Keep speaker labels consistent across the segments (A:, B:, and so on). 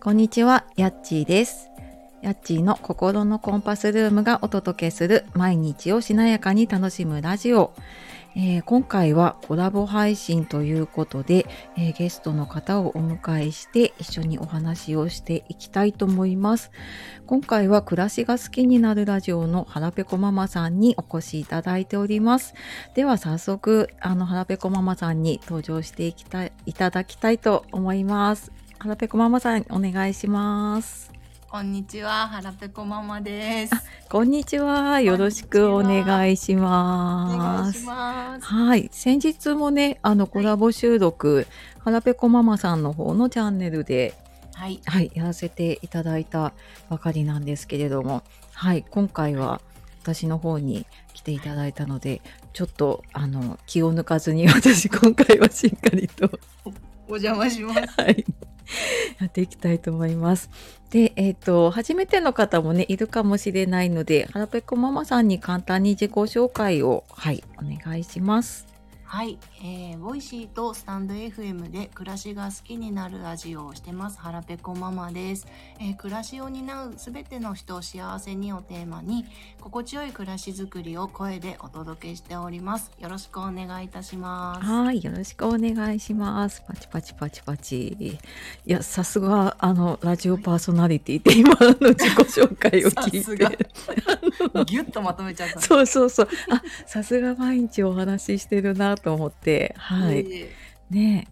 A: こんにちは、やっちーです。やっちーの心のコンパスルームがお届けする毎日をしなやかに楽しむラジオ。えー今回はコラボ配信ということで、えーゲストの方をお迎えして一緒にお話をしていきたいと思います。今回は暮らしが好きになるラジオの腹ペコママさんにお越しいただいております。では早速、あの腹ペコママさんに登場していきたいいただきたいと思います。腹ペコママさんお願いします。
B: こんにちは、はらぺこママです。
A: こんにちは。よろしくお願いし
B: お願
A: ま
B: いし
A: す。
B: ます。
A: はい。先日もね、あのコラボ収録、はらぺこママさんの方のチャンネルで、
B: はい、
A: はい、やらせていただいたばかりなんですけれども、はい、今回は私の方に来ていただいたので、ちょっとあの気を抜かずに 私今回はしっかりと
B: お邪魔します。
A: はい、 やっていきたいと思います。で、えっ、と、初めての方もね、いるかもしれないので、腹ペコママさんに簡単に自己紹介を、はい、お願いします。
B: はい、えー、ボイシーとスタンド FM で暮らしが好きになるラジオをしてますはらぺこママです、えー暮らしを担うすべての人を幸せにをテーマに心地よい暮らしづくりを声でお届けしておりますよろしくお願いいたします
A: はい、よろしくお願いします。パチパチパチパチ。いや、さすが、あの、ラジオパーソナリティって今あの自己紹介を聞
B: さす
A: い
B: が
A: て。
B: ぎゅっとまとめちゃった
A: そうそうそう。あ、さすが毎日お話ししてるなと思って。はい。
B: え
A: ね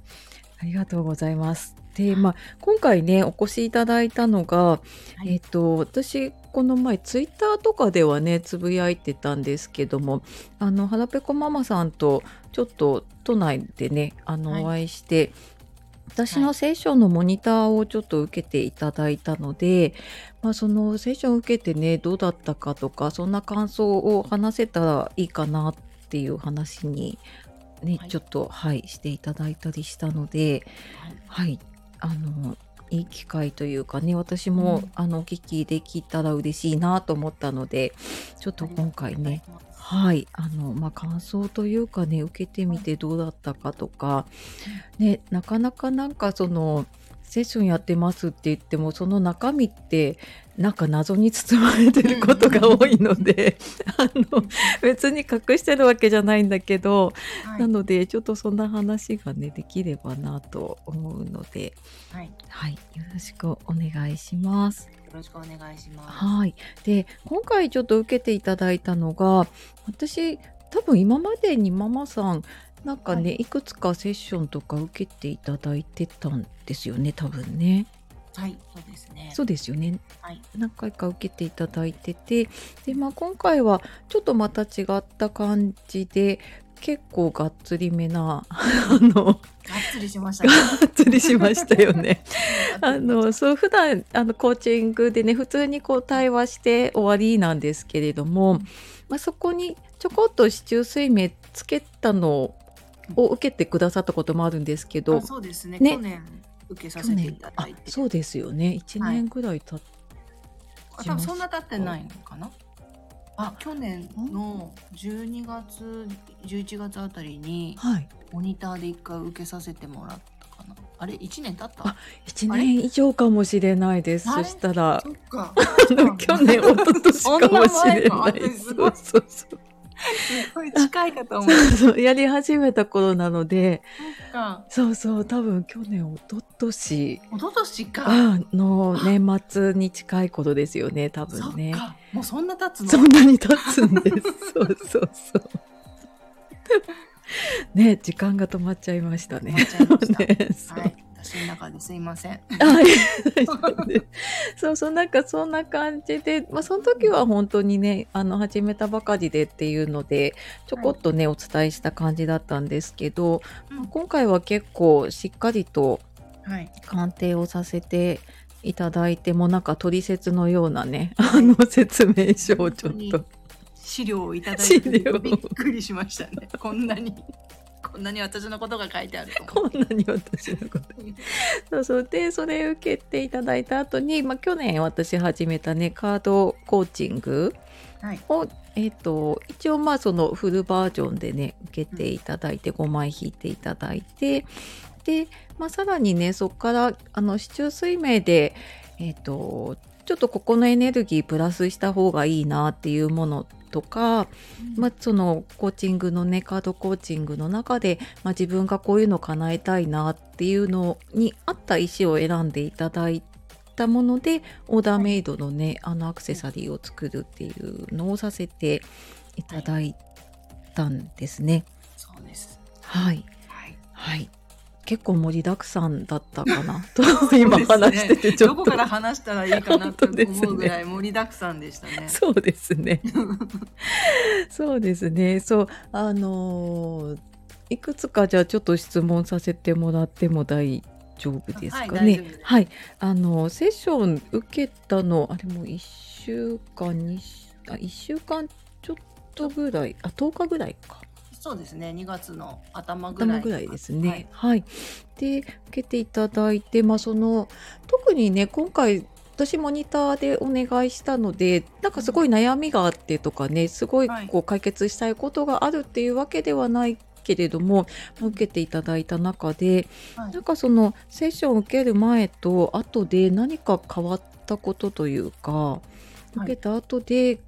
A: えありがとうございます。で、まあ、今回ねお越しいただいたのが、
B: はい
A: えっと私この前ツイッターとかではねつぶやいてたんですけどもあのはらぺこママさんとちょっと都内でねあの、
B: はい
A: お会いして私のセッションのモニターをちょっと受けていただいたので、まあ、そのセッションを受けてねどうだったかとかそんな感想を話せたらいいかなっていう話に、ね
B: はい
A: ちょっと、はい、していただいたりしたので、
B: はい
A: はい、あのいい機会というかね私も、
B: うん
A: あのお聞きできたら嬉しいなと思ったのでちょっと今回ね
B: は
A: はい、あの、まあ、感想というかね、受けてみてどうだったかとか。ね、なかなかなんか、その。セッションやってますって言ってもその中身ってなんか謎に包まれてることが多いのであの別に隠してるわけじゃないんだけど、
B: い
A: なのでちょっとそんな話がねできればなと思うので、
B: はい、よ
A: はい、よろしくお願いします。
B: ろしくお願いします
A: はい。で、今回ちょっと受けていただいたのが、私、多分今までにママさん、なんかね、、
B: はい
A: くつかセッションとか受けていただいてたんですよね、多分ね。
B: はい、そうですね
A: そうですよね。
B: はい
A: 何回か受けていただいてて、で、まあ今回はちょっとまた違った感じで、結構がっつりめな、 あの、
B: がっつりしました
A: が
B: ね
A: っつりしましたよね。
B: が
A: あ
B: っつりしま した
A: のそう普段あのコーチングでね普通にこう対話して終わりなんですけれども、まあ、そこにちょこっと支柱水明つけたのを受けてくださったこともあるんですけど、
B: あそうですね
A: ね
B: 去年受けさ
A: 去
B: せてい
A: 年
B: た
A: あ
B: だいて
A: そうですよね1
B: はい
A: 年ぐらい経っ
B: あ多分そんな経ってないのかなあ去年の12月11月あたりに
A: はい、
B: モニターで一回受けさせてもらったかなあれ1年経った
A: 1年以上かもしれないです
B: あ
A: そ
B: れ
A: したら
B: そっか
A: あの去年一昨年かもしれ
B: そんな
A: な
B: 前かあ
A: い
B: す
A: そ
B: ごいう
A: そうそう
B: すごい近いかと思う
A: そうそうやり始めた頃なので
B: か
A: そうそう多分去年一昨年
B: 一昨年か
A: あの年末に近いことですよね多
B: そ
A: 分
B: っ
A: ね
B: かもうそんな経つ
A: そ
B: の
A: んなに経つんですそうそう そうね時間が止まっちゃいましたね
B: 止まっちゃいまし
A: ねそ
B: た
A: う
B: はい私の中ですいません
A: はい大丈夫ですそうそうなんかそんな感じで、まあ、その時は本当にねあの始めたばかりでっていうのでちょこっとね、お伝えした感じだったんですけど、
B: うん
A: まあ今回は結構しっかりと
B: はい
A: 鑑定をさせていただいてもなんか取説のようなねあの説明書をちょっと
B: 資料をいただいて
A: 資料を
B: びっくりしましたね こんなにこんなに私のことが書いてあると 思
A: こんなに私のこと
B: う
A: そうそうでそれ受けていただいた後に、まあ、去年私始めたねカードコーチング
B: はい
A: を、えっと一応まあそのフルバージョンでね受けていただいて5枚引いていただいてで、まあ、さらにねそこからあの市中水明で、えっとちょっとここのエネルギープラスした方がいいなっていうものとか、まあ、そのコーチングのねカードコーチングの中で、まあ、自分がこういうの叶えたいなっていうのに合った石を選んでいただいたものでオーダーメイドのね、あのアクセサリーを作るっていうのをさせていただいたんですね。
B: そうです。
A: はい、
B: はい。
A: はい結構盛りだくさんだったかなと今話しててちょ
B: ど
A: っと
B: こから話したらいいかなと
A: 本当ですね
B: 思うぐらい盛りだくさんでしたね。
A: そうですね。そうですね。そう、あのーいくつかじゃあちょっと質問させてもらっても大丈夫ですか
B: はい大丈夫
A: ね
B: です。
A: はい、あのセッション受けたのあれもう一週間にあ一週間ちょっとぐらいあ10日ぐらいか。
B: そうですね。2月の頭ぐら
A: 頭
B: い。
A: ぐらいですね。はい、で受けていただいて、まあ、その特にね今回私モニターでお願いしたのでなんかすごい悩みがあってとかねすごい
B: はい
A: こう解決したいことがあるっていうわけではないけれども受けていただいた中で
B: はい。はい
A: なんかそのセッションを受ける前と後で何か変わったことというか
B: い
A: 受けた後で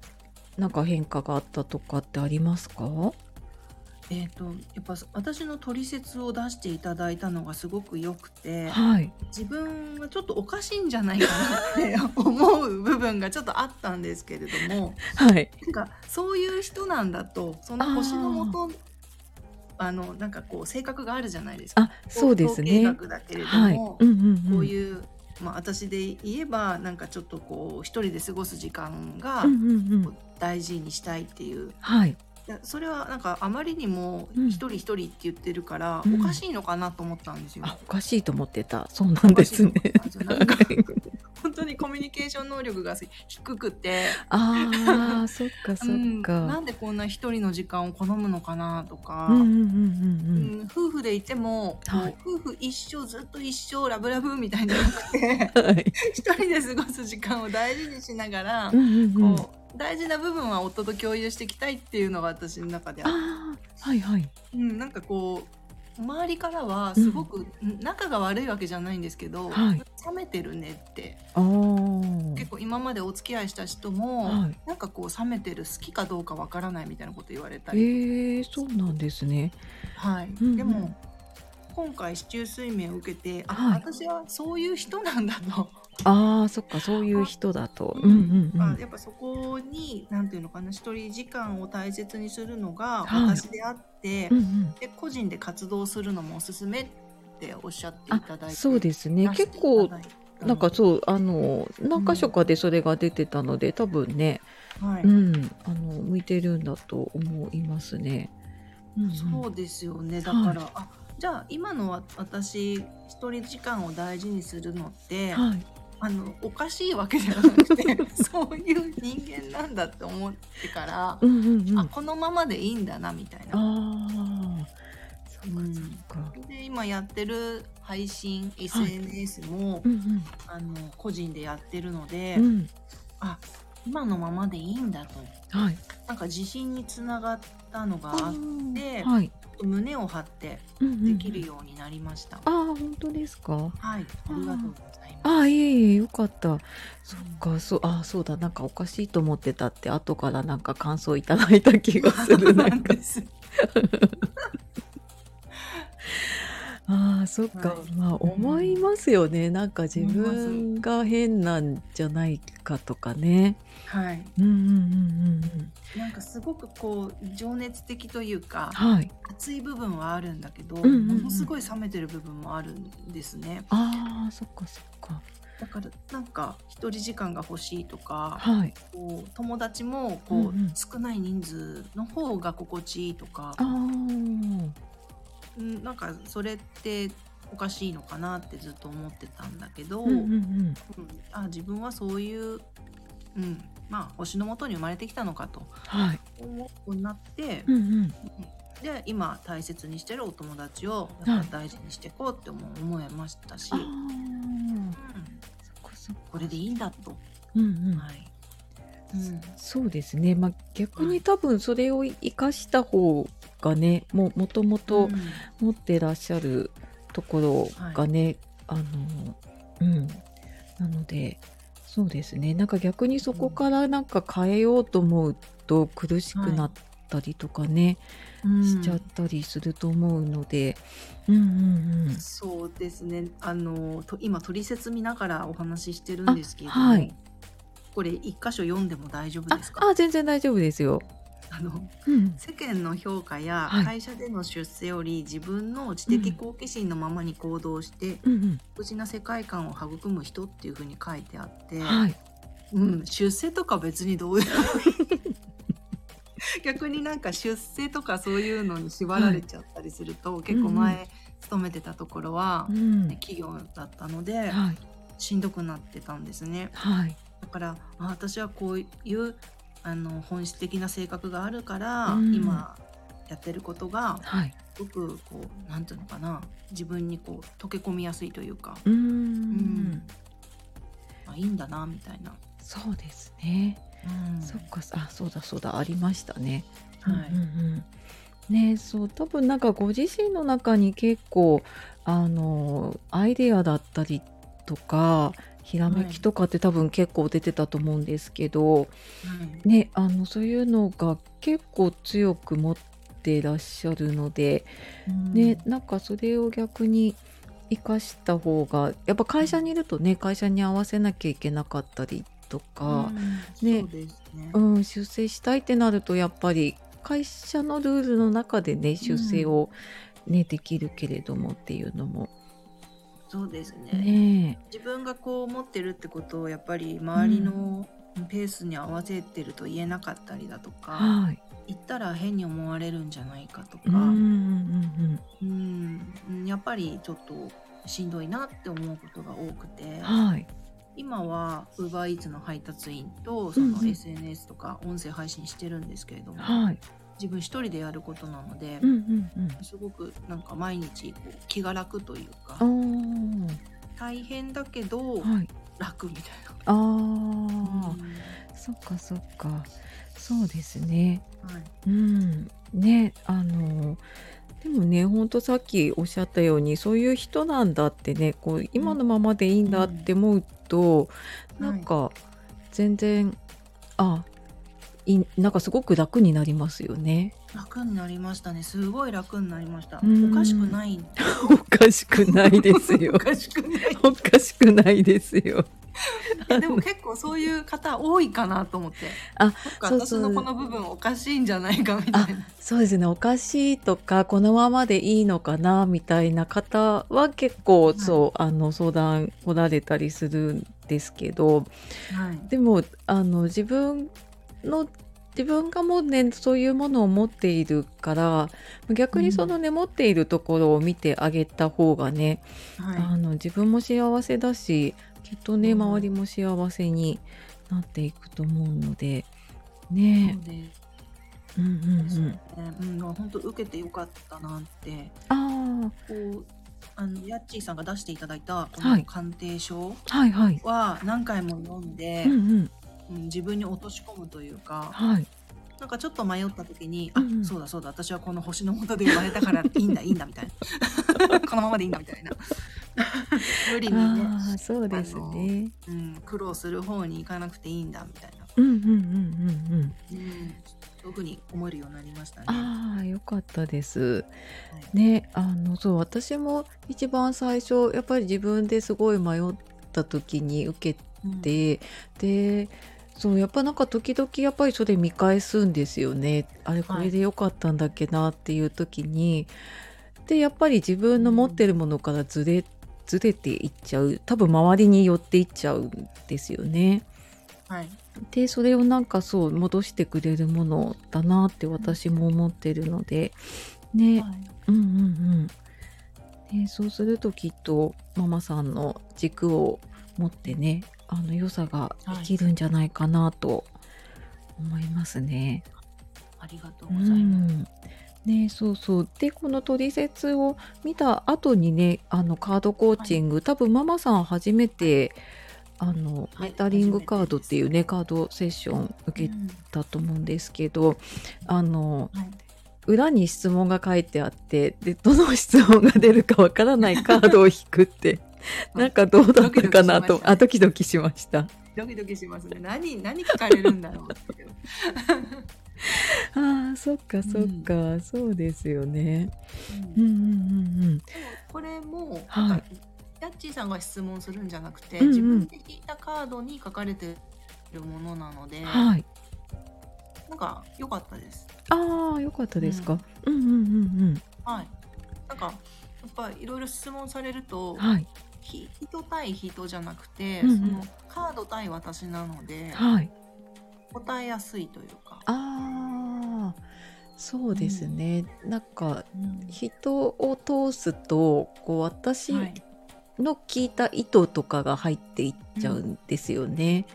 A: なんか変化があったとかってありますか、
B: えっ、とやっぱ私の取説を出していただいたのがすごく良くて、
A: はい
B: 自分はちょっとおかしいんじゃないかなって思う部分がちょっとあったんですけれども、
A: はい
B: なんかそういう人なんだとその星のもとあのなんかこう性格があるじゃないですか。
A: あそうです
B: 統計
A: ね。
B: 学だけれど
A: はい。
B: も、
A: うんうんうん、
B: こういう。まあ、私で言えばなんかちょっとこう一人で過ごす時間が
A: うんうんうん。
B: 大事にしたいっていう
A: はい。
B: いやそれはなんかあまりにも
A: うん
B: 一人一人って言ってるから、
A: うん
B: おかしいのかなと思ったんですよ。
A: あ、おかしいと思ってた。そうなんですね。
B: おかしい と思ったんですよなんか
A: はい
B: 本当にコミュニケーション能力が低くて、
A: ああ、そっかそ
B: うん
A: っ
B: な
A: か。
B: んでこんな一人の時間を好むのかなとか、
A: うんうんうん
B: う
A: うん
B: ん夫婦でいても、こう
A: はい
B: 夫婦一生ずっと一生ラブラブみたいにな くて
A: うん。はい。
B: 一人で過ごす時間を大事にしながら、
A: うんうんうん。あ
B: こう大事な部分は夫と共有していきたいっていうのが私の中であって
A: あー、はいはい。
B: うん、なんかこう周りからはすごく、うん仲が悪いわけじゃないんですけど、
A: はい
B: 冷めてるねって
A: あ
B: 結
A: あ。
B: 構今までお付き合いした人も、
A: はい
B: なんかこう冷めてる好きかどうかわからないみたいなこと言われた
A: え
B: り、
A: ー、そうなんですね。
B: はい
A: んうん
B: でも今回市中水明を受けてあ、
A: はい
B: 私はそういう人なんだと、
A: ああ、そっか、そういう人だと。
B: う
A: うんんうんう
B: あ
A: ん。
B: やっぱそこになんていうのかな一人時間を大切にするのが
A: はい
B: 私であって、
A: うんうん。
B: で個人で活動するのもおすすめっておっしゃっていた
A: あ、
B: だいて
A: そうですね。
B: 出してい
A: 結
B: た
A: 構
B: だいたの
A: なんかそうあの何箇所かでそれが出てたので、多分ね、
B: はい、
A: うん、あの向いてるんだと思いますね。うんうん
B: そうですよねだから、あじゃあ今のわ私一人時間を大事にするのって、
A: はい、
B: あのおかしいわけではなくて そういう人間なんだって思ってから、
A: うんうんうん。
B: あ
A: あ
B: このままでいいんだなみたいな。
A: あー、そううか
B: ん
A: そうか。
B: で今やってる配信 SNS も、
A: うん
B: あの個人でやってるので、
A: うん。うん、
B: あ今のままでいいんだと
A: はい。
B: なんか自信につながったのがあってで
A: はい。
B: 胸を張って
A: うんうんう
B: で
A: ん
B: きる。ようになりました。
A: ああ本当ですか。
B: はい、ありがとうございます。
A: ああいえいえよかった。そっかそうあーそうだなんかおかしいと思ってたって後からなんか感想いただいた気がす るなんか。
B: す。
A: ああそっか、
B: はい
A: まあ
B: うん
A: 思いますよねなんか自
B: 思います
A: 分が変なんじゃないかとかね。
B: はい、
A: うんうんうんうんうん。
B: なんかすごくこう情熱的というか、
A: はい。
B: 熱い部分はあるんだけど、
A: んうんうん
B: ものすごい冷めてる部分もあるんですね。
A: ああそっかそっか。
B: だからなんか一人時間が欲しいとか、
A: はい。
B: こう友達もこう、
A: うんうん
B: 少ない人数の方が心地いいとか
A: あ、あ
B: うん、なんかそれっておかしいのかなってずっと思ってたんだけど。
A: うんうんうん。
B: うんあ自分はそういう、うん、まあ星のもとに生まれてきたのかと
A: はい。
B: 思うようになって、
A: うんうん。
B: で今大切にしてるお友達をやっぱ大事にしていこうっても思いましたし、
A: あ
B: うん
A: あそっかそっか。
B: これでいいんだと、
A: うんうん。
B: はいうん
A: そうですね。まあ逆に多分それを生かした方がね、もうもともと
B: うん
A: 持ってらっしゃるところがね、あのうんなのでそうですねなんか逆にそこからなんか変えようと思うと苦しくなったりとかね、しちゃったりすると思うので、うん、うんうん
B: そうですね。あのと今取説見ながらお話ししてるんですけれども、
A: あはい
B: これ一箇所読んでも大丈夫
A: あ
B: ですか？
A: あ全然大丈夫ですよ。
B: あの
A: うん、
B: 世間の評価や
A: はい
B: 会社での出世より自分の知的好奇心のままに行動して
A: うん
B: 無事な世界観を育む人っていうふうに書いてあって、
A: うん、はい
B: うん、出世とか別にどうで もいい逆になんか出世とかそういうのに縛られちゃったりすると、結構
A: うん
B: 前勤めてたところは
A: う、ん
B: ね企業だったので
A: はい
B: しんどくなってたんですね
A: はい
B: だからあ私はこういうあの本質的な性格があるから、
A: うん
B: 今やってることが
A: はい
B: すごくこうなんていうのかな自分にこう溶け込みやすいというか、
A: うーん
B: んあいいんだなみたいな。
A: そうですね。
B: うん
A: そっかあそうだそうだありましたね。
B: はい
A: うんうんうん、ねそう多分なんかご自身の中に結構あのアイデアだったりとかひらめきとかって多分結構出てたと思うんですけど、
B: はい
A: ねあのそういうのが結構強く持ってらっしゃるので、ねなんかそれを逆に生かした方がやっぱ会社にいるとね会社に合わせなきゃいけなかったりとか。
B: うん
A: ね
B: そうですね
A: うん、修正したいってなるとやっぱり会社のルールの中でね修正を、ねできるけれどもっていうのも
B: そうですね
A: ね
B: 自分がこう思ってるってことをやっぱり周りのペースに合わせてると言えなかったりだとか、
A: はい
B: 言ったら変に思われるんじゃないかとか、
A: う
B: うん
A: うん
B: ん
A: うん
B: やっぱりちょっとしんどいなって思うことが多くて
A: うんはい
B: 今は UberEats の配達員とその
A: うんうん
B: SNS とか音声配信してるんですけれども、
A: はい
B: 自分一人でやることなので、
A: うんうん
B: すごくなんか毎日こう気が楽という
A: う
B: か
A: ん
B: 大変だけど
A: おーはい
B: 楽みたい
A: あー、
B: な。うん
A: そっかそっかそうですね
B: はい
A: うんねあのでもねほんとさっきおっしゃったようにそういう人なんだってねこう今のままでいいんだって思うと、
B: うん
A: なんか全然、あいなんかすごく楽になりますよ ね。
B: 楽になりましたね。すごい楽になりました。
A: うん
B: おかしくない。
A: おかしくないですよ
B: お。かしく ない。
A: おかしくないですよ。
B: えでも結構そういう方多いかなと思って。
A: あ
B: なん
A: そう
B: か
A: そう
B: 私のこの部分おかしいんじゃないかみたいな。
A: そうですねおかしいとかこのままでいいのかなみたいな方は結構
B: い
A: そう、あの相談来られたりするんですけど、
B: はい。
A: でもあの自分の自分がもうねそういうものを持っているから逆にそのね、持っているところを見てあげた方がね、あ
B: は
A: の自分も幸せだしきっとね、
B: うん
A: 周りも幸せになっていくと思うので
B: い。
A: ね
B: そうで
A: え、うんうん
B: す
A: う
B: ね
A: ん、
B: うん、本当受けてよかったなって。
A: あ
B: こう、あのヤッチーさんが出していただいたこ
A: は
B: の
A: い
B: 鑑定書
A: あはいはい、
B: は何回も読んで
A: うん、うん
B: うん自分に落とし込むというか。
A: はい
B: なんかちょっと迷った時に、
A: うんうん
B: あそうだそうだ私はこの星の下で生まれたからいいんだいいんだみたいな このままでいいんだみたい な無理にね
A: あ、あそうですね
B: うん、苦労する方に行かなくていいんだみたいな、
A: うんうんうんうんうん
B: うん、そういうふうに思えるようになりましたね。
A: ああよかったです
B: はい
A: ねあのそう私も一番最初やっぱり自分ですごい迷った時に受け
B: うん
A: て、でそうやっぱなんか時々やっぱりそれ見返すんですよねあれこれで良かったんだっけなっていう時に、でやっぱり自分の持ってるものからずれ、ずれていっちゃう多分周りに寄っていっちゃうんですよね。
B: はい
A: でそれをなんかそう戻してくれるものだなって私も思ってるのでね、
B: はい
A: うんうんうん。ね、そうするときっとママさんの軸を持ってねあの良さが生きるんじゃないかなと思いますね。
B: ありがとうございます。
A: うんね、そうそうでこのトリセツを見た後にねあのカードコーチング、多分ママさん初めてあの
B: は
A: メ
B: い
A: タリングカードっていうねカードセッション受け
B: うん
A: たと思うんですけどあの
B: はい
A: 裏に質問が書いてあってでどの質問が出るかわからないカードを引くってなんかどうだったかなとあドキドキしました。
B: ドキドキしますね。何、何聞かれるんだろうって。
A: ああそっかそっか、そうですよね。
B: う
A: うんんうんうんうん。
B: これも、
A: はい
B: なんかヤッチーさんが質問するんじゃなくて、
A: うんうん
B: 自分で引いたカードに書かれてるものなので、
A: はい。
B: なんか良かったです。
A: ああ、よかったですか。うんうんうん
B: はい。なんか、やっぱいろいろ質問されると
A: うん。、はい。
B: ひ人対人じゃなくて、
A: うんうん
B: そのカード対私なので、
A: はい。
B: 答えやすいというか。
A: ああ。そうですね。なんか。
B: うん
A: 人を通すと、こう私
B: はい
A: の聞いた意図とかが入っていっちゃうんですよね。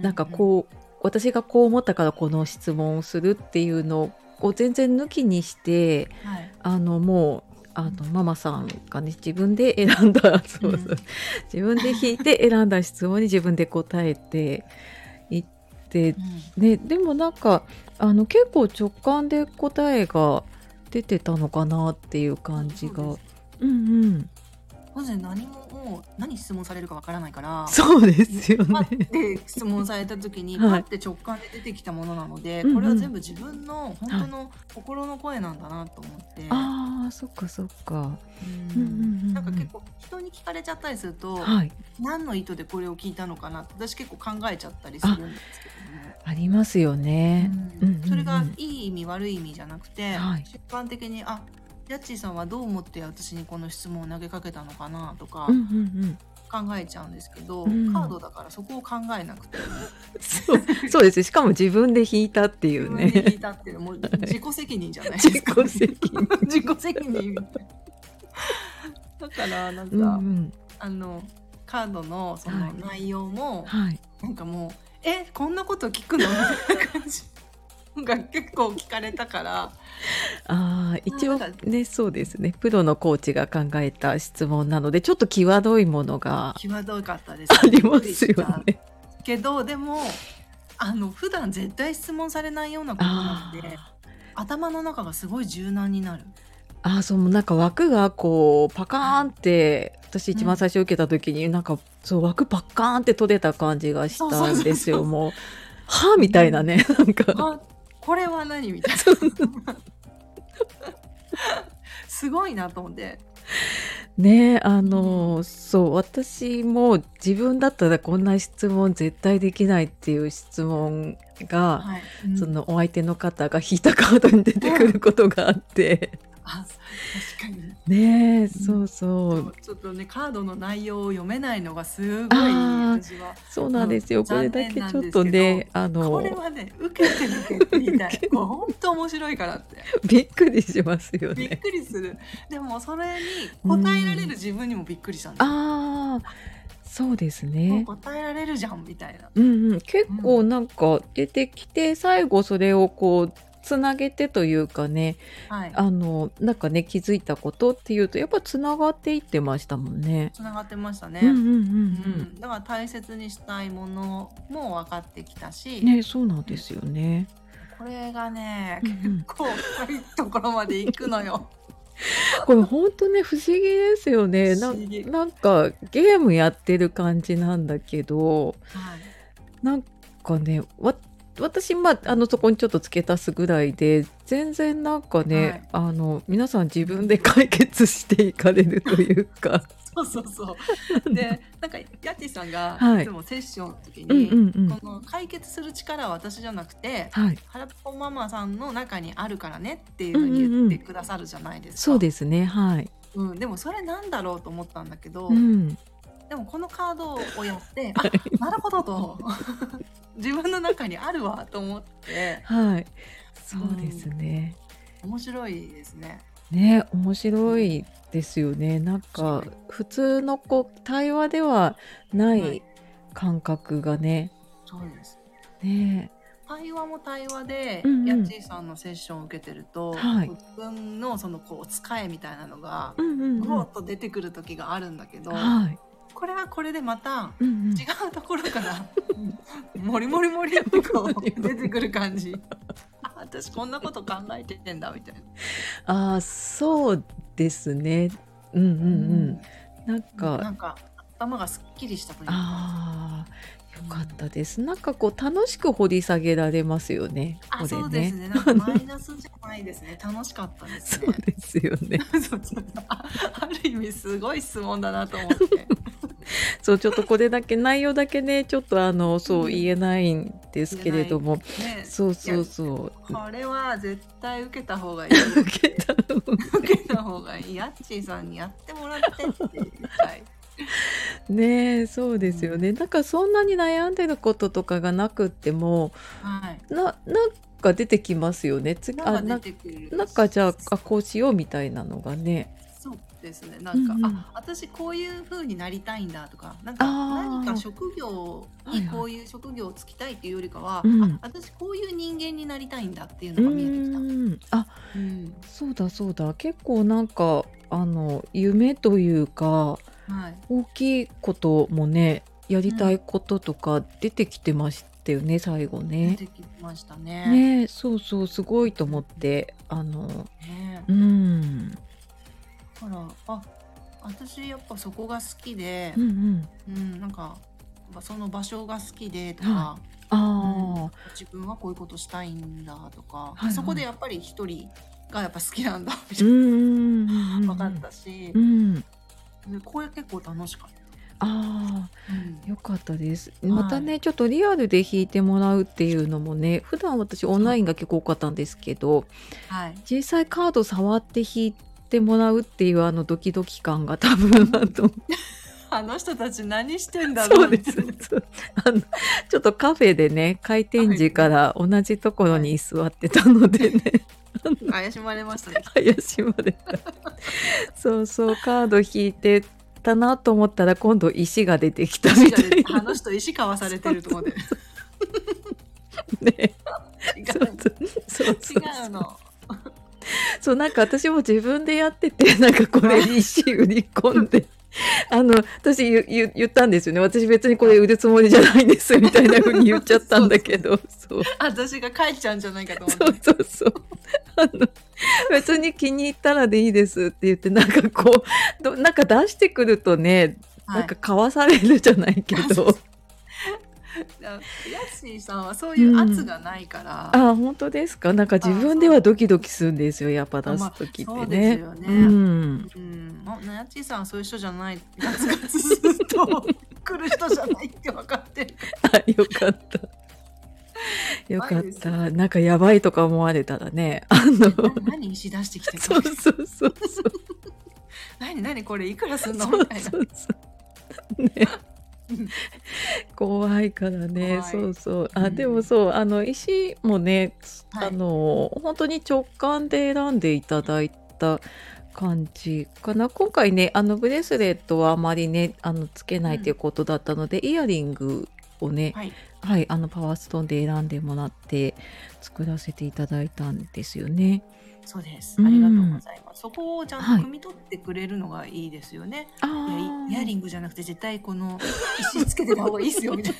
A: なんかこう、私がこう思ったから、この質問をするっていうのを全然抜きにして。
B: うん、はい、
A: あのもうあのママさんがね自分で選んだそうそう、
B: うん
A: 自分で引いて選んだ質問に自分で答えていってねでもなんかあの結構直感で答えが出てたのかなっていう感じが
B: そう
A: う
B: です
A: んうん
B: まず何ももう何質問されるかわからないから
A: そうですよ
B: パ
A: ね
B: ッて質問された時にパ
A: はい
B: ッて直感で出てきたものなので、
A: うんうん
B: これは全部自分の本当の心の声なんだなと思って、
A: あーそっかそっか
B: う
A: うんうんうんうん
B: んなんか結構人に聞かれちゃったりすると、
A: はい
B: 何の意図でこれを聞いたのかなって私結構考えちゃったりするんです
A: ありますよ
B: け
A: ね
B: ども、
A: うん
B: うんそれがいい意味悪い意味じゃなくて、
A: はい
B: 瞬間的にあヤッチーさんはどう思って私にこの質問を投げかけたのかなとか
A: うんうんうん
B: 考えちゃうんですけど、
A: うん
B: カードだからそこを考えなくて
A: そう そうですしかも自分で引いたってい
B: 自
A: う
B: 分で
A: ね
B: 聞いたっていうのも う自己責任じゃないです
A: 自
B: か
A: 己責任
B: 自己責任みたいなだからなんか、
A: うんうん
B: あのカードのその
A: はい
B: 内容も、
A: はい
B: なんかもう「えこんなこと聞くの?」み たいな感じが結構聞かれたから
A: ああ一応
B: なんか
A: ねそうですねプロのコーチが考えた質問なのでちょっと際どいものが
B: 際どかったです
A: ありますよね。
B: けどでもあの普段絶対質問されないようなことな
A: あ
B: ので
A: ー
B: 頭の中がすごい柔軟 になる。
A: あーそうなんか枠がこうパカーンって私一番最初受けた時に、なんかそう枠パカーンって取れた感じがしたんです
B: そうそうそうそ
A: よ
B: う
A: もうはあみたいなねなんか
B: あこれは何みたい な。すごいなと思って。
A: ねあのーそう私も自分だったらこんな質問絶対できないっていう質問が、
B: はい。
A: そのお相手の方が引いたカードに出てくることがあって、
B: あ確かに。
A: ねえそうそう
B: ちょっとねカードの内容を読めないのがすご
A: あ
B: い
A: ー
B: 私は。
A: そうなんですよ、
B: うん
A: これだけちょっ
B: 残
A: と
B: 念なんです
A: ねあ
B: これ
A: の
B: はね受けて受けてみたい。これ本当面白いからって。
A: びっくりしますよ
B: びっ
A: ね。
B: くりする。でもそれに答えられる自分にもびっくりしたんです。
A: ああそうです
B: もう
A: ね。
B: 答えられるじゃんみたいな。
A: うんうん、結構なんか出てきて最後それをこうつなげてというかね
B: はい。
A: あのなんかね気づいたことっていうとやっぱつながっていってましたもんね。
B: つながってましたね。
A: うんうんう
B: うんんだから大切にしたいものも分かってきた
A: う
B: し、
A: ん。ねそうなんですよね。
B: これがね
A: うんうん
B: 結構深いところまで行くの よ。
A: これ本当ね不思議ですよねな
B: 不思議
A: なんかゲームやってる感じなんだけど
B: はい
A: なんかねわ私まああのそこにちょっと付け足すぐらいで全然なんかね、
B: はい
A: あの皆さん自分で解決していかれるというか
B: そうそうそう。でなんかヤッティさんが
A: はい
B: いつもセッションの時
A: うん
B: に、
A: うんうん
B: この解決する力は私じゃなくて
A: はい
B: 原っぽママさんの中にあるからねっていうふうに言ってくださるじゃないですか。
A: そうですねはい、
B: うん、でもそれなんだろうと思ったんだけど、
A: うん、
B: でもこのカードを やってあなるほどと 自分の中にあるわと思って
A: はいそうですね、
B: 面白いですね。
A: ね面白いですよねなんか普通のこう対話ではな
B: はい
A: い感覚がね、
B: そうです
A: ね
B: 対話も対話で、
A: うんうん
B: やっちーさんのセッションを受けてると、
A: はい
B: 自分のそのこう使えみたいなのが
A: う、んうんうん、
B: ぼー
A: は
B: っと出てくる時があるんだけど、
A: い、
B: これはこれでまた
A: うんうん、
B: 違うところから、もりもりもりってこう出てくる感じ。あ私こんなこと考えてんだみたいな。
A: あーそうですねうんうんうん、なんか、
B: なんか頭がすっきりしたというか。
A: ああ、よかったです。なんかこう楽しく掘り下げられますよね。これ
B: あ、そうです
A: ね。
B: ね。なんかマイナスじゃないですね。楽しかったです
A: そ
B: ね
A: う。ですよね。
B: そうそうあ ある意味すごい質問だなと思って。
A: そうちょっとこれだけ内容だけね、ちょっとあのそううん言えないんですけれども、
B: ね、
A: そうそうそう。
B: これは絶対受けた方がいい。
A: 受けたの
B: 受けた方がいい。やっちーさんにやってもらってって言いたい。
A: ねえそうですよね。なんかそんなに悩んでることとかがなくっても、
B: はい。
A: ななんか出てきますよね。つ
B: な
A: あ
B: んか
A: な
B: 出てくる。
A: なんかじゃああこうしようみたいなのがね。
B: そうですね。なんか、
A: うんうん
B: あ、私こういう風になりたいんだとか、なんか
A: あー
B: 何か職業
A: はい
B: に
A: はい
B: こういう職業をつきたいっていうよりかは、
A: うん
B: あ、私こういう人間になりたいんだっていう
A: う
B: のが見えてきた。
A: ん。あ
B: うん
A: そうだそうだ結構なんかあの夢というか
B: はい。
A: 大きいこともねやりたいこととか出てきてましたよね、最後
B: 出
A: ね。
B: てきましたね。
A: ねそうそうすごいと思ってあの
B: ね
A: うん
B: だから、あ、私やっぱそこが好きで
A: うんう、ん
B: うん、なんか。その場所が好きでとか、
A: はあ
B: 自分はこういうことしたいんだとか、
A: はいはい
B: そこでやっぱり一人がやっぱ好きなんだみ
A: あう
B: たい
A: んうんうんうん
B: な分かったし
A: う、ん
B: でこれ結構楽しかった。
A: ああよかったです
B: い
A: またねちょっとリアルで弾いてもらうっていうのもね普段私オンラインが結構多かったんですけど、
B: はい、
A: 実際カード触って引いてもらうっていうあのドキドキ感が多分あの
B: あの人たち何してんだろう
A: そうです そうあのちょっとカフェでね開店時から同じところに居座ってたのでね、
B: 怪しまれましたね。
A: 怪しまれたそうそうカード引いてたなと思ったら今度石が出てきたみたい
B: あの人石交わされてると思って。
A: なね
B: 違
A: そう
B: う
A: そうそうそう
B: 違うの。
A: そうなんか私も自分でやってて なんかこれ石売り込んで あの私ゆゆ言ったんですよね私別にこれ売るつもりじゃないんですみたいな風に言っちゃったんだけ どそう
B: 私が帰っちゃうんじゃないかと思
A: そう
B: って。
A: そうそうあの別に気に入ったらでいいですって言ってなんかこうどなんか出してくるとね、
B: は
A: なん
B: い
A: か。買わされるじゃないけ
B: あそう
A: ど
B: ヤッシーさんはそういう圧がないから。
A: あ本当ですかなんか自分ではドキドキするんですよやっぱ出す時っ
B: まあそ
A: て
B: うで
A: ね。
B: すよね
A: うん
B: うん、あなやっちーさんはそういう人じゃないガツガツすると来る人じゃないって分かってる
A: あ よかった。よか
B: 怖い
A: っ
B: です
A: た。なんかやばいとか思われたら ね。あの、
B: な何石出してきて
A: そうそうそうそう。
B: 何何これいくらすんの
A: そう
B: みたいな
A: そうそう。ね
B: うん。
A: 怖いからね。
B: 怖い
A: そうそう。
B: う
A: あ、
B: ん
A: でもそう、あの、石もね、
B: はい
A: あの、本当に直感で選んでいただいた。感じかな今回ねあのブレスレットはあまりねあのつけないということだったので、イヤリングをね、
B: はい
A: はい、あのパワーストーンで選んでもらって作らせていただいたんですよね。
B: そうです
A: うん
B: ありがとうございますそこをちゃんと
A: はい
B: 汲み取ってくれるのがいいですよね、いや
A: あ
B: イヤリングじゃなくて絶対この石つけてた方がいいですよみたいな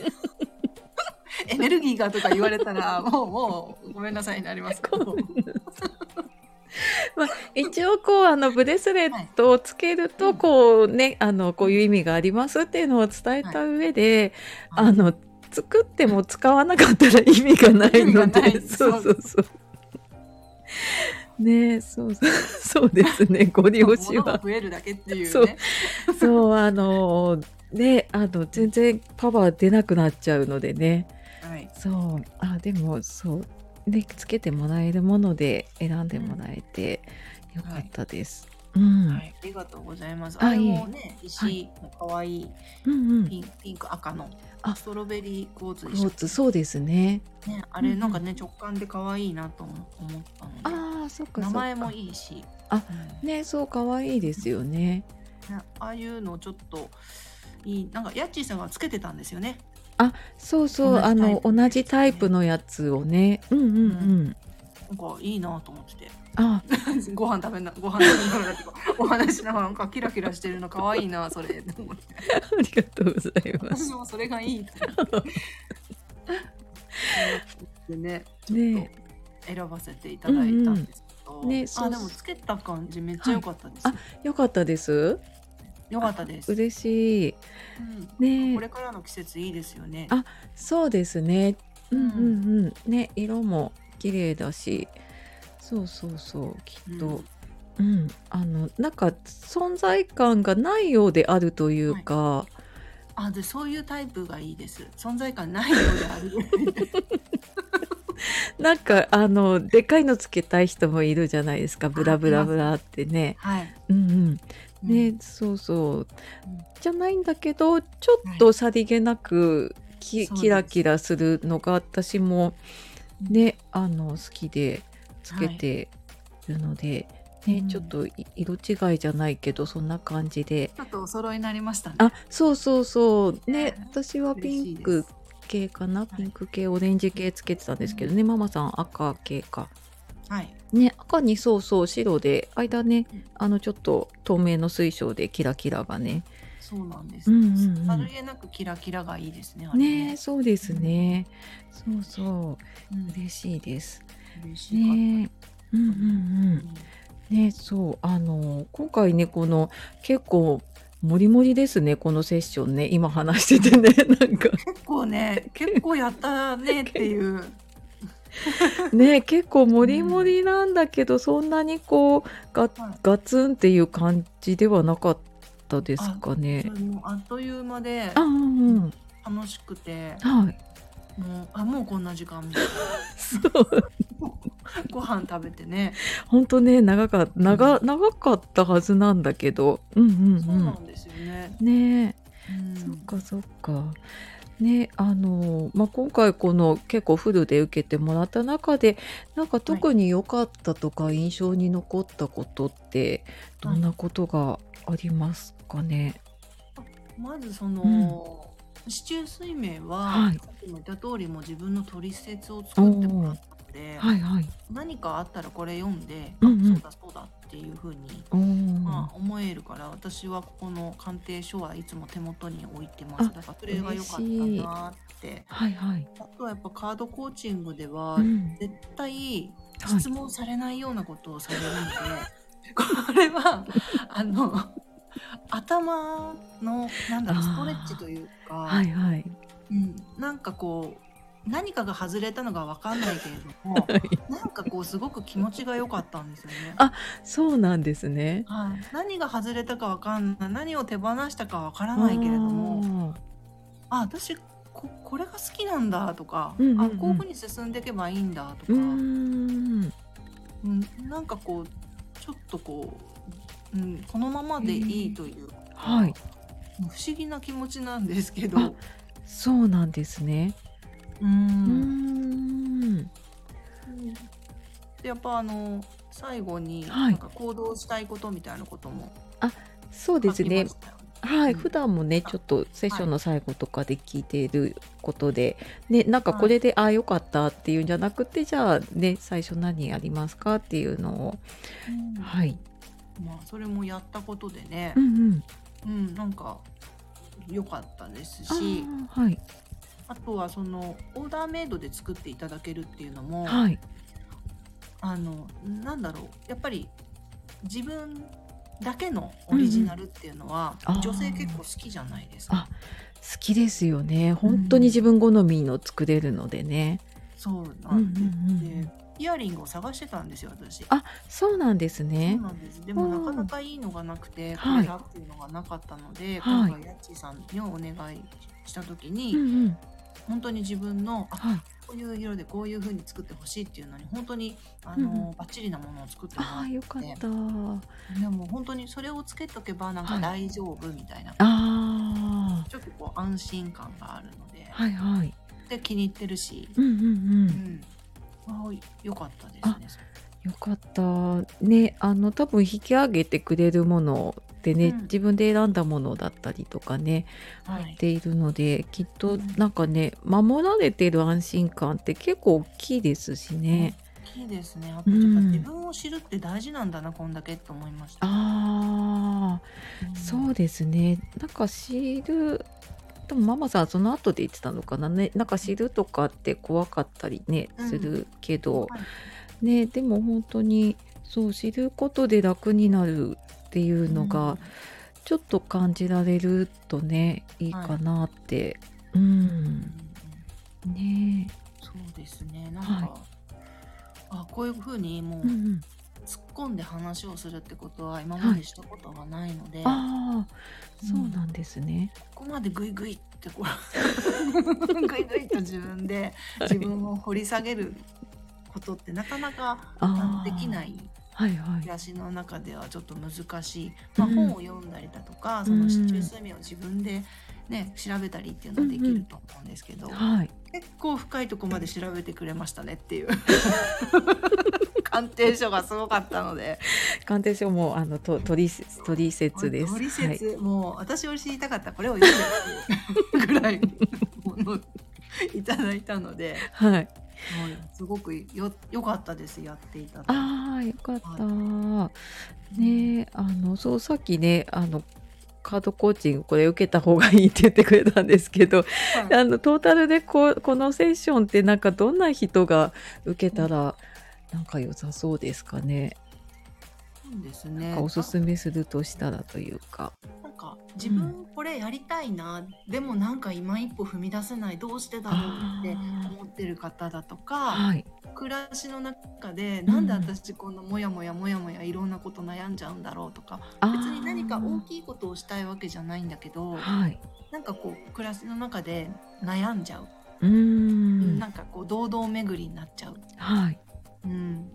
B: エネルギーがとか言われたらもうもうごめんなさいになりますけど
A: 一応こうあのブレスレットをつけるとこうねあのこういう意味がありますっていうのを伝えた上で、あの作っても使わなかったら意味がないの
B: 意味がな
A: で
B: い
A: そうそうそう。ねそうそうそうです ねご利用し
B: 物が
A: は。
B: 増えるだけっていうね
A: そうそうあのねあの全然パワー出なくなっちゃうのでね。
B: はい
A: そうあでもそうでつけてもらえるもので選んでもらえてよかったです。うん、
B: はい、ありがとうございます。
A: あ
B: あれもね、石の可愛い
A: うんうん。
B: ピン,、ピンク赤の
A: あ
B: ストロベリーコーツ
A: ロ
B: でした
A: ー
B: っけ
A: ツそうですね。
B: ね。あれなんかね、直感で可愛いなと思思ったので、
A: ああそっかそっか。
B: 名前もいいし、
A: あ
B: うん
A: ねそう可愛いですよね。
B: ねああいうのちょっといい、なんかやっちーさんがつけてたんですよね。
A: そうそうあの同
B: 同
A: じ
B: じ
A: タ
B: タ
A: イ
B: イ
A: プ
B: プ
A: のやつをね。うんうんうん。
B: なんかいいなと思って て、
A: あ
B: ご飯食べなご飯食べながらとかお話しながらなんかキラキラしてるの可愛いなそれ。と思って
A: ありがとうござい ま
B: 私
A: す。
B: もそれがいいと思って。でね、ちょっと。
A: ね
B: 選ばせていただいたんですけど、
A: うんうんねそ
B: あ
A: う
B: でもつけた感じめっちゃ良かったです、
A: はよかったです。
B: 良かったです、う
A: 嬉しい。
B: ん
A: ね
B: これからの季節いいですよね
A: あそうですね。うんう
B: うん
A: んうん。ね、色も綺麗だし。そうそうそう、きっと。うん、あの、なんか存在感がないようであるというか。
B: あでそういうタイプがいいです存在感ないようである
A: なんか、あの、でかいのつけたい人もいるじゃないですか。ブラブラブラってね。
B: はい、
A: うんうん。
B: うん
A: ね、そうそう
B: うん
A: じゃないんだけどちょっとさりげなくき、
B: そうです
A: キラキラするのが私もねあの好きでつけてるので、ね
B: うん
A: ちょっとい色違いじゃないけどそんな感じで
B: ちょっとお揃いになりましたね
A: あそうそうそうね
B: ね
A: 私はピン
B: 嬉
A: ク
B: しいで
A: 系かな
B: はい
A: ピンク系オレンジ系つけてたんですけどねママさん赤系か。
B: すはい
A: ね、赤にそうそう白で間ね
B: うん
A: あのちょっと透明の水晶でキラキラがね
B: そうなんです、
A: うんうんうん
B: さりげなくキラキラがいいですねあれ
A: ねえそうですね。そうそうう、
B: ん
A: 嬉しいです。
B: 嬉しかった
A: ねえ、うんうんうん。ねえそう、あの、今回ね、この、結構、もりもりですね、このセッションね、今話しててね、 なんか、
B: 結構ね結構やったねっていう
A: ねえ、結構もりもりなんだけど、そんなにこう、ガ
B: はい
A: ガツンっていう感じではなかったですかね
B: そ。れもあっという間で
A: あ、うんうん、
B: 楽しくて
A: はい。
B: もうあもうこんな時間みたいな
A: そう、
B: ご飯食べてね、
A: 本当ね、長か、長、長かったはずなんだけど、うんうん
B: そうな
A: うん
B: ですよね、
A: ん。ねえ。
B: うん
A: そっかそっか。ね、あのまあ、今回この結構フルで受けてもらった中でなんか特に良かったとか印象に残ったことってどんなことがありますかね、
B: まずその、市中水明は、
A: はい
B: さっきも言った通りもう自分の取説を作ってもらったので、
A: はい、はい
B: 何かあったらこれ読んで、
A: うんうん
B: あそうだそうだっていうふうに、
A: おー
B: まあ、思えるから私はここの鑑定書はいつも手元に置いてま
A: あ
B: すだからそれが良かったなって
A: はいはい、
B: あとはやっぱカードコーチングでは、
A: うん
B: 絶対
A: はい
B: 質問されないようなことをされるので、 これはあの頭のなんだろう
A: あー
B: ストレッチというか、
A: はいはい
B: うん、なんかこう何かが外れたのが分かんないけれ どもなんかこうすごく気持ちが良かったんですよね。
A: あそうなんですね。
B: はい、何が外れたか分かんない何を手放したか分からないけれどもあ私ここれが好きなんだとか、
A: うんうんうん
B: あこういうふうに進んでいけばいいんだと
A: あー
B: か、
A: うーん
B: うん、なんかこうちょっとこう、うん、このままでいいというか、
A: はい
B: 不思議な気持ちなんですけど
A: あそうなんですね。
B: う
A: うー
B: ん
A: ん
B: でやっぱあの最後に
A: はい
B: なんか行動したいことみたいなことも
A: そうです
B: 書きま
A: ね
B: したよね。
A: はい、
B: うん
A: 普段もね
B: あ
A: ちょっとセッションの最後とかで聞いていることで、ね、なんかこれで、ああよかったっていうんじゃなくてじゃあね最初何やりますかっていうのを
B: うん
A: はい、
B: まあそれもやったことでね
A: う、んうん、
B: うん、なんか良かったです
A: あ
B: し
A: ーはい
B: あとはそのオーダーメイドで作っていただけるっていうのも、
A: はい
B: あのなんだろうやっぱり自分だけのオリジナルっていうのは、
A: うんうんあー
B: 女性結構好きじゃないですか。
A: 好きですよね本当に自分好みの作れるのでね、
B: そう
A: う
B: なん
A: うん
B: で,、
A: んうん、
B: でイヤリングを探してたんですよ私。
A: あそうなんです
B: そう
A: ね
B: なんですでも
A: うん
B: なかなかいいのがなくて、
A: はい
B: これだっていうのがなかったので、
A: はい
B: 今回やっちーさんにお願いした時に、
A: うんうん
B: 本当に自分のあ
A: はい
B: こういう色でこういう風に作ってほしいっていうのに本当にあの、
A: うんう
B: バッチリなものを作ってもら
A: あ
B: っ
A: あ
B: て
A: よかったあ
B: でも本当にそれをつけとけばなん
A: は
B: か
A: い
B: 大丈夫みたいな、
A: あ
B: ちょっとこう安心感があるので
A: ーはいはい
B: で気に入ってるし、
A: うんうんうん
B: うんあ良かったですね。
A: よかったねあの多分引き上げてくれるものでね、
B: うん
A: 自分で選んだものだったりとかね
B: はい
A: 入っているので、きっとなんかね守られてる安心感って結構大きいですしね。
B: 大きいですね。あとやっぱ自分を知るって大事なんだな、こんだけと思いました。
A: あー
B: うん
A: そうですねなんか知るでもママさんその後で言ってたのかなねなんか知るとかって怖かったりね
B: うん
A: するけど、
B: はい
A: ねでも本当にそう知ることで楽になるっていうのが、ちょっと感じられるとねいいかなって、う
B: うん
A: んね
B: そうですねなんか、
A: はい
B: あこういうふうにもう
A: え、うんうん、
B: 突っ込んで話をするってことは今までしたことがないので、
A: ああ
B: うん
A: そうなんですね、
B: ここまでグイグイってこう グイグイと自分で自分を掘り下げることってなかなか
A: あ
B: で
A: ー
B: きない
A: はいはい
B: 暮らしの中ではちょっと難しい、まあ、
A: うん
B: 本を読んだりだとか、そうの
A: ん
B: 市中睡眠を自分で、ね、調べたりっていうのはできると思うんですけど、
A: はい
B: 結構深いとこまで調べてくれましたねっていう 鑑定書がすごかったので
A: 鑑定書もあのと取り説です
B: トリ
A: は
B: セ
A: い
B: ツ、もう私より知りたかったこれを読ん でるぐらいもの いただいたので
A: はい
B: もうすごくよ良かったですやっていただいて
A: ああよかった、ねえあのそうさっきねあのカードコーチングこれ受けた方がいいって言ってくれたんですけど、
B: はい
A: あのトータルでこうこのセッションってなんかどんな人が受けたらなんか良さそうですかね、
B: そうですね
A: おすすめするとしたらというか。
B: なんか自分これやりたいな、でもなんか今一歩踏み出せないどうしてだろうって
A: あ
B: 思ってる方だと
A: ー
B: か
A: はい、
B: 暮らしの中でなんで私こんなモヤモヤモヤモヤいろんなこと悩んじゃうんだろうとか
A: あー
B: 別に何か大きいことをしたいわけじゃないんだけど
A: はい、
B: なんかこう暮らしの中で悩んじゃう、
A: うーん
B: なんかこう堂々巡りになっちゃう、
A: はい
B: うん、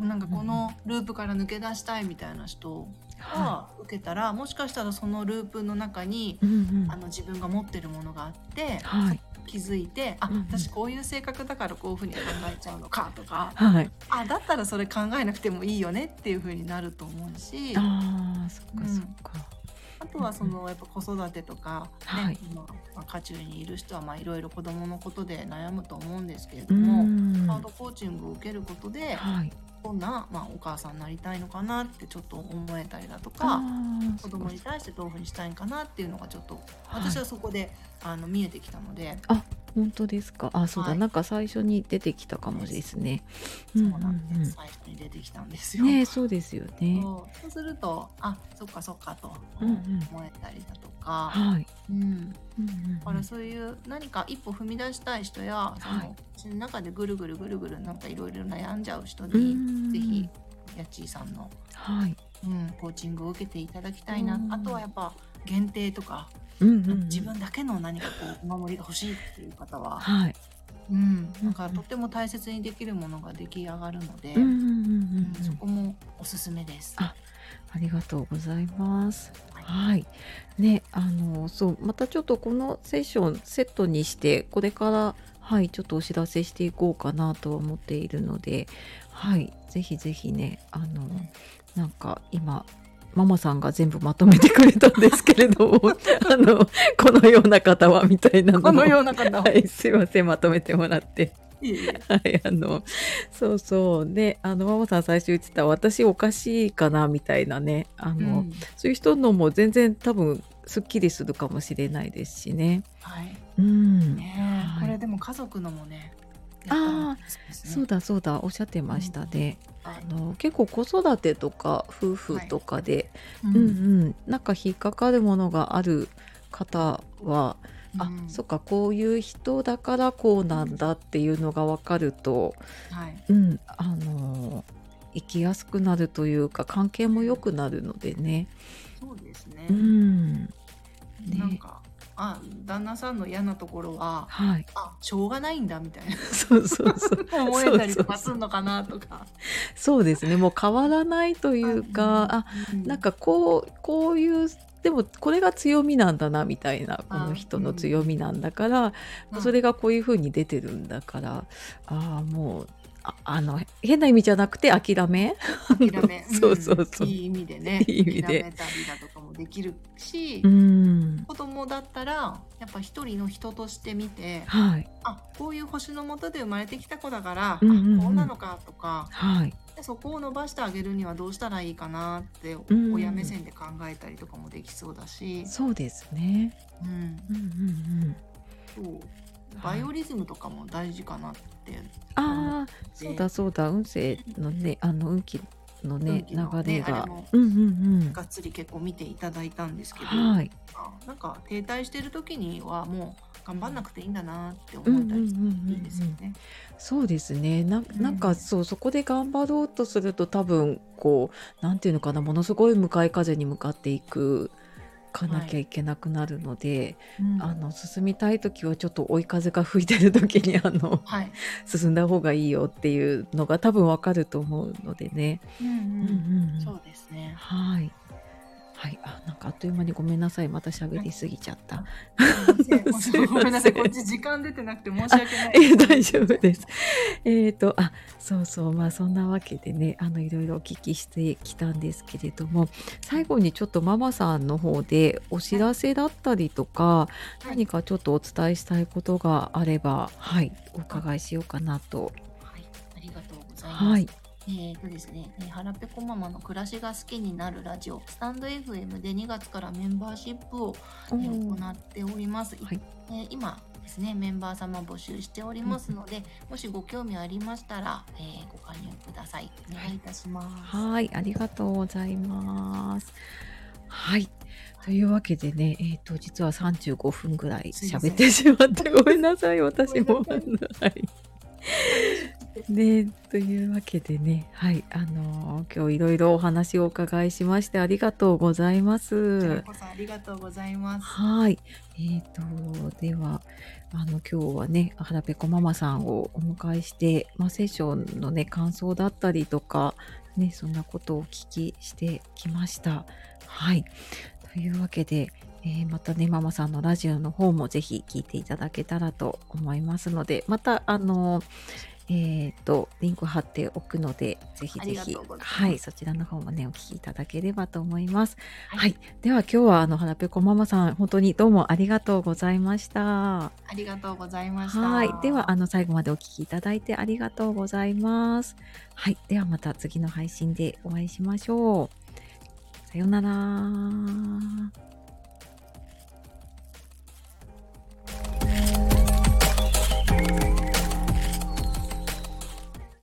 B: なんかこのループから抜け出したいみたいな人
A: は
B: が受けたら、もしかしたらそのループの中に
A: い、うんうん
B: あの自分が持ってるものがあって
A: はい
B: 気づいてあ
A: うんうん
B: 私こういう性格だからこういうふうに考えちゃうのかとか
A: はい
B: あだったらそれ考えなくてもいいよねっていうふうになると思うしあ
A: ああそっかそっか、
B: とはそのやっぱ子育てとか、ね
A: はい
B: 今、まあ、家中にいる人はまあいろいろ子供のことで悩むと思うんですけれ
A: う
B: ど
A: ー
B: も。
A: ん
B: カードコーチングを受けることで
A: はい
B: どんな、まあ、お母さんになりたいのかなってちょっと思えたりだとか
A: あー
B: 子供に対してどういうふうにしたいのかなっていうのがちょっと
A: はい
B: 私はそこで、あの見えてきたので、
A: 本当ですかあそうだ、
B: はい
A: なんか最初に出てきたかもですね
B: そうなんで
A: うん
B: す、
A: うんうん
B: 最初に出てきたんですよ。
A: ねえそうですよね
B: そうそうするとあそっかそっかと
A: うん
B: 思
A: うん
B: えたりだとか、
A: はい、
B: うん、だ
A: うんうんうん
B: からそういう何か一歩踏み出したい人やそ
A: はい
B: の家の中でぐるぐるぐるぐるなんかいろいろ悩んじゃう人
A: う
B: に、
A: ん
B: ぜひやっちーさんの、
A: はい
B: うん、コーチングを受けていただきたいな、
A: うん
B: あとはやっぱ限定とか、
A: うんうんうん
B: 自分だけの何かこうお守りが欲しいっていう方は、
A: はい
B: うん、なんかとっても大切にできるものが出来上がるので。
A: うんうんうんうん
B: そこもおすすめです。
A: あありがとうございます
B: はい
A: はいねあのそうまたちょっとこのセッションセットにしてこれからはいちょっとお知らせしていこうかなとは思っているのではいぜひぜひねあの、
B: ん
A: なんか今ママさんが全部まとめてくれたんですけれども あのこのような方はみたいなのも
B: このような方を
A: はい、すいませんまとめてもらって
B: いえいえ
A: はい、あの、そうそう。で、あの、ママさん最初言ってた、私おかしいかな、みたいなね。あの、
B: うん
A: そういう人のも全然多分、すっきりするかもしれないですしね。
B: はい。
A: うん。
B: ねえ、
A: はい
B: これでも家族のもね。
A: あ
B: あ、
A: そう
B: だ。
A: だそうだ、おっしゃってましたね。
B: は
A: あの結構子育てとか夫婦とかで、
B: い
A: うんうん、なんか引っかかるものがある方は、あ
B: うん
A: そっかこういう人だからこうなんだっていうのが分かると、
B: はい。
A: うん、あのー生きやすくなるというか関係も良くなるのでね。
B: そうですね
A: う。ん、ね
B: なんか、あ、旦那さんの嫌なところは。
A: はい、
B: あ、しょうがないんだみ たい
A: そうそうそう、
B: な思えたりとかするのかなとか。
A: そうですね。もう変わらないというか、あ、
B: うん
A: なん、かこうこういうでもこれが強みなんだなみたいなこの人の強みなんだから、それがこういう風に出てるんだから、ああもうああの変な意味じゃなくて諦め、
B: 諦 め
A: そうそうそうん
B: いい意味でね。
A: いい意味で
B: 諦めたりだとかもできるし
A: う。ん、
B: 子供だったらやっぱ一人の人として見て
A: はい
B: あこういう星の下で生まれてきた子だから、
A: うんうんうん
B: あこうなのかとか
A: はい、
B: でそこを伸ばしてあげるにはどうしたらいいかなって
A: ん
B: 親目線で考えたりとかもできそうだし、
A: そうですね。
B: うん
A: うんうんうん。
B: そうバイオリズムとかも大事かなって
A: ああ、そうだそうだ。運勢のね、あの運気のね
B: 運気の
A: 流
B: ね
A: れ
B: あ
A: が
B: れも。
A: うんうん
B: がっつり結構見ていただいたんですけ
A: うん。
B: ど、
A: はい。
B: なんか停滞してる時にはもう頑張んなくていいんだなって
A: うんう
B: 思
A: ん
B: え
A: う
B: た
A: ん
B: りする
A: うん
B: といいですよ
A: ん。
B: ね。
A: そうですね。ななん
B: う
A: か
B: ん
A: そうそこで頑張ろうとすると多分こうなんていうのかなものすごい向かい風に向かっていくかなきゃいけなくなるので、
B: うん
A: あの進みたい時はちょっと追い風が吹いてる時にあの
B: はい、
A: 進んだ方がいいよっていうのが多分わかると思うのでね。
B: うん
A: うんうんうん
B: そうです ね。
A: はい。はい、あ、なんかあっという間にごめんなさい、また喋りすぎちゃった。
B: すいませんごめんなさい、こっち時間出てなくて申し訳ない。
A: え、 大丈夫です。えっ、と、あ、そうそう、まあ、そんなわけでね、あの、いろいろお聞きしてきたんですけれども。最後にちょっとママさんの方で、お知らせだったりとか、
B: い
A: 何かちょっとお伝えしたいことがあれば。はい、お伺いしようかなと。
B: はい、ありがとうございます。
A: はい、
B: えーとですね、えーはらぺこママの暮らしが好きになるラジオ、スタンド FM で2月からメンバーシップをえ
A: お
B: ー
A: ー
B: 行っております。
A: はい
B: えー今ですね、メンバー様募集しておりますので、もしご興味ありましたら、えーご加入ください。お願いいたします。
A: はい、ありがとうございます。はい。というわけでね、えっ、と、実は35分ぐらい
B: すいませ
A: 喋
B: ん
A: ってしまって、ごめんな さい、私も。
B: ごめ
A: はい。ね、というわけでね、はい、あのー今日いろいろお話をお伺いしまして、ありがとうございま
B: こち
A: す
B: ら。こそありがとうございます。
A: はい。えっ、と、では、あの、今日はね、腹ペコママさんをお迎えして、まあ、セッションのね、感想だったりとか、ね、そんなことをお聞きしてきました。はい。というわけで、えーまたね、ママさんのラジオの方もぜひ聞いていただけたらと思いますので、また、あの、えっ、と、リンク貼っておくので、ぜひ
B: あ
A: ぜ
B: りが
A: ひ
B: とうござい、ます
A: はい、そちらの方もね、お聞きいただければと思います。
B: はい
A: はいでは今日はあの腹ペコママさん本当にどうもありがとうございました。
B: ありがとうございました。
A: はい、ではあの最後までお聞きいただいてありがとうございます。はい、ではまた次の配信でお会いしましょう。さようなら。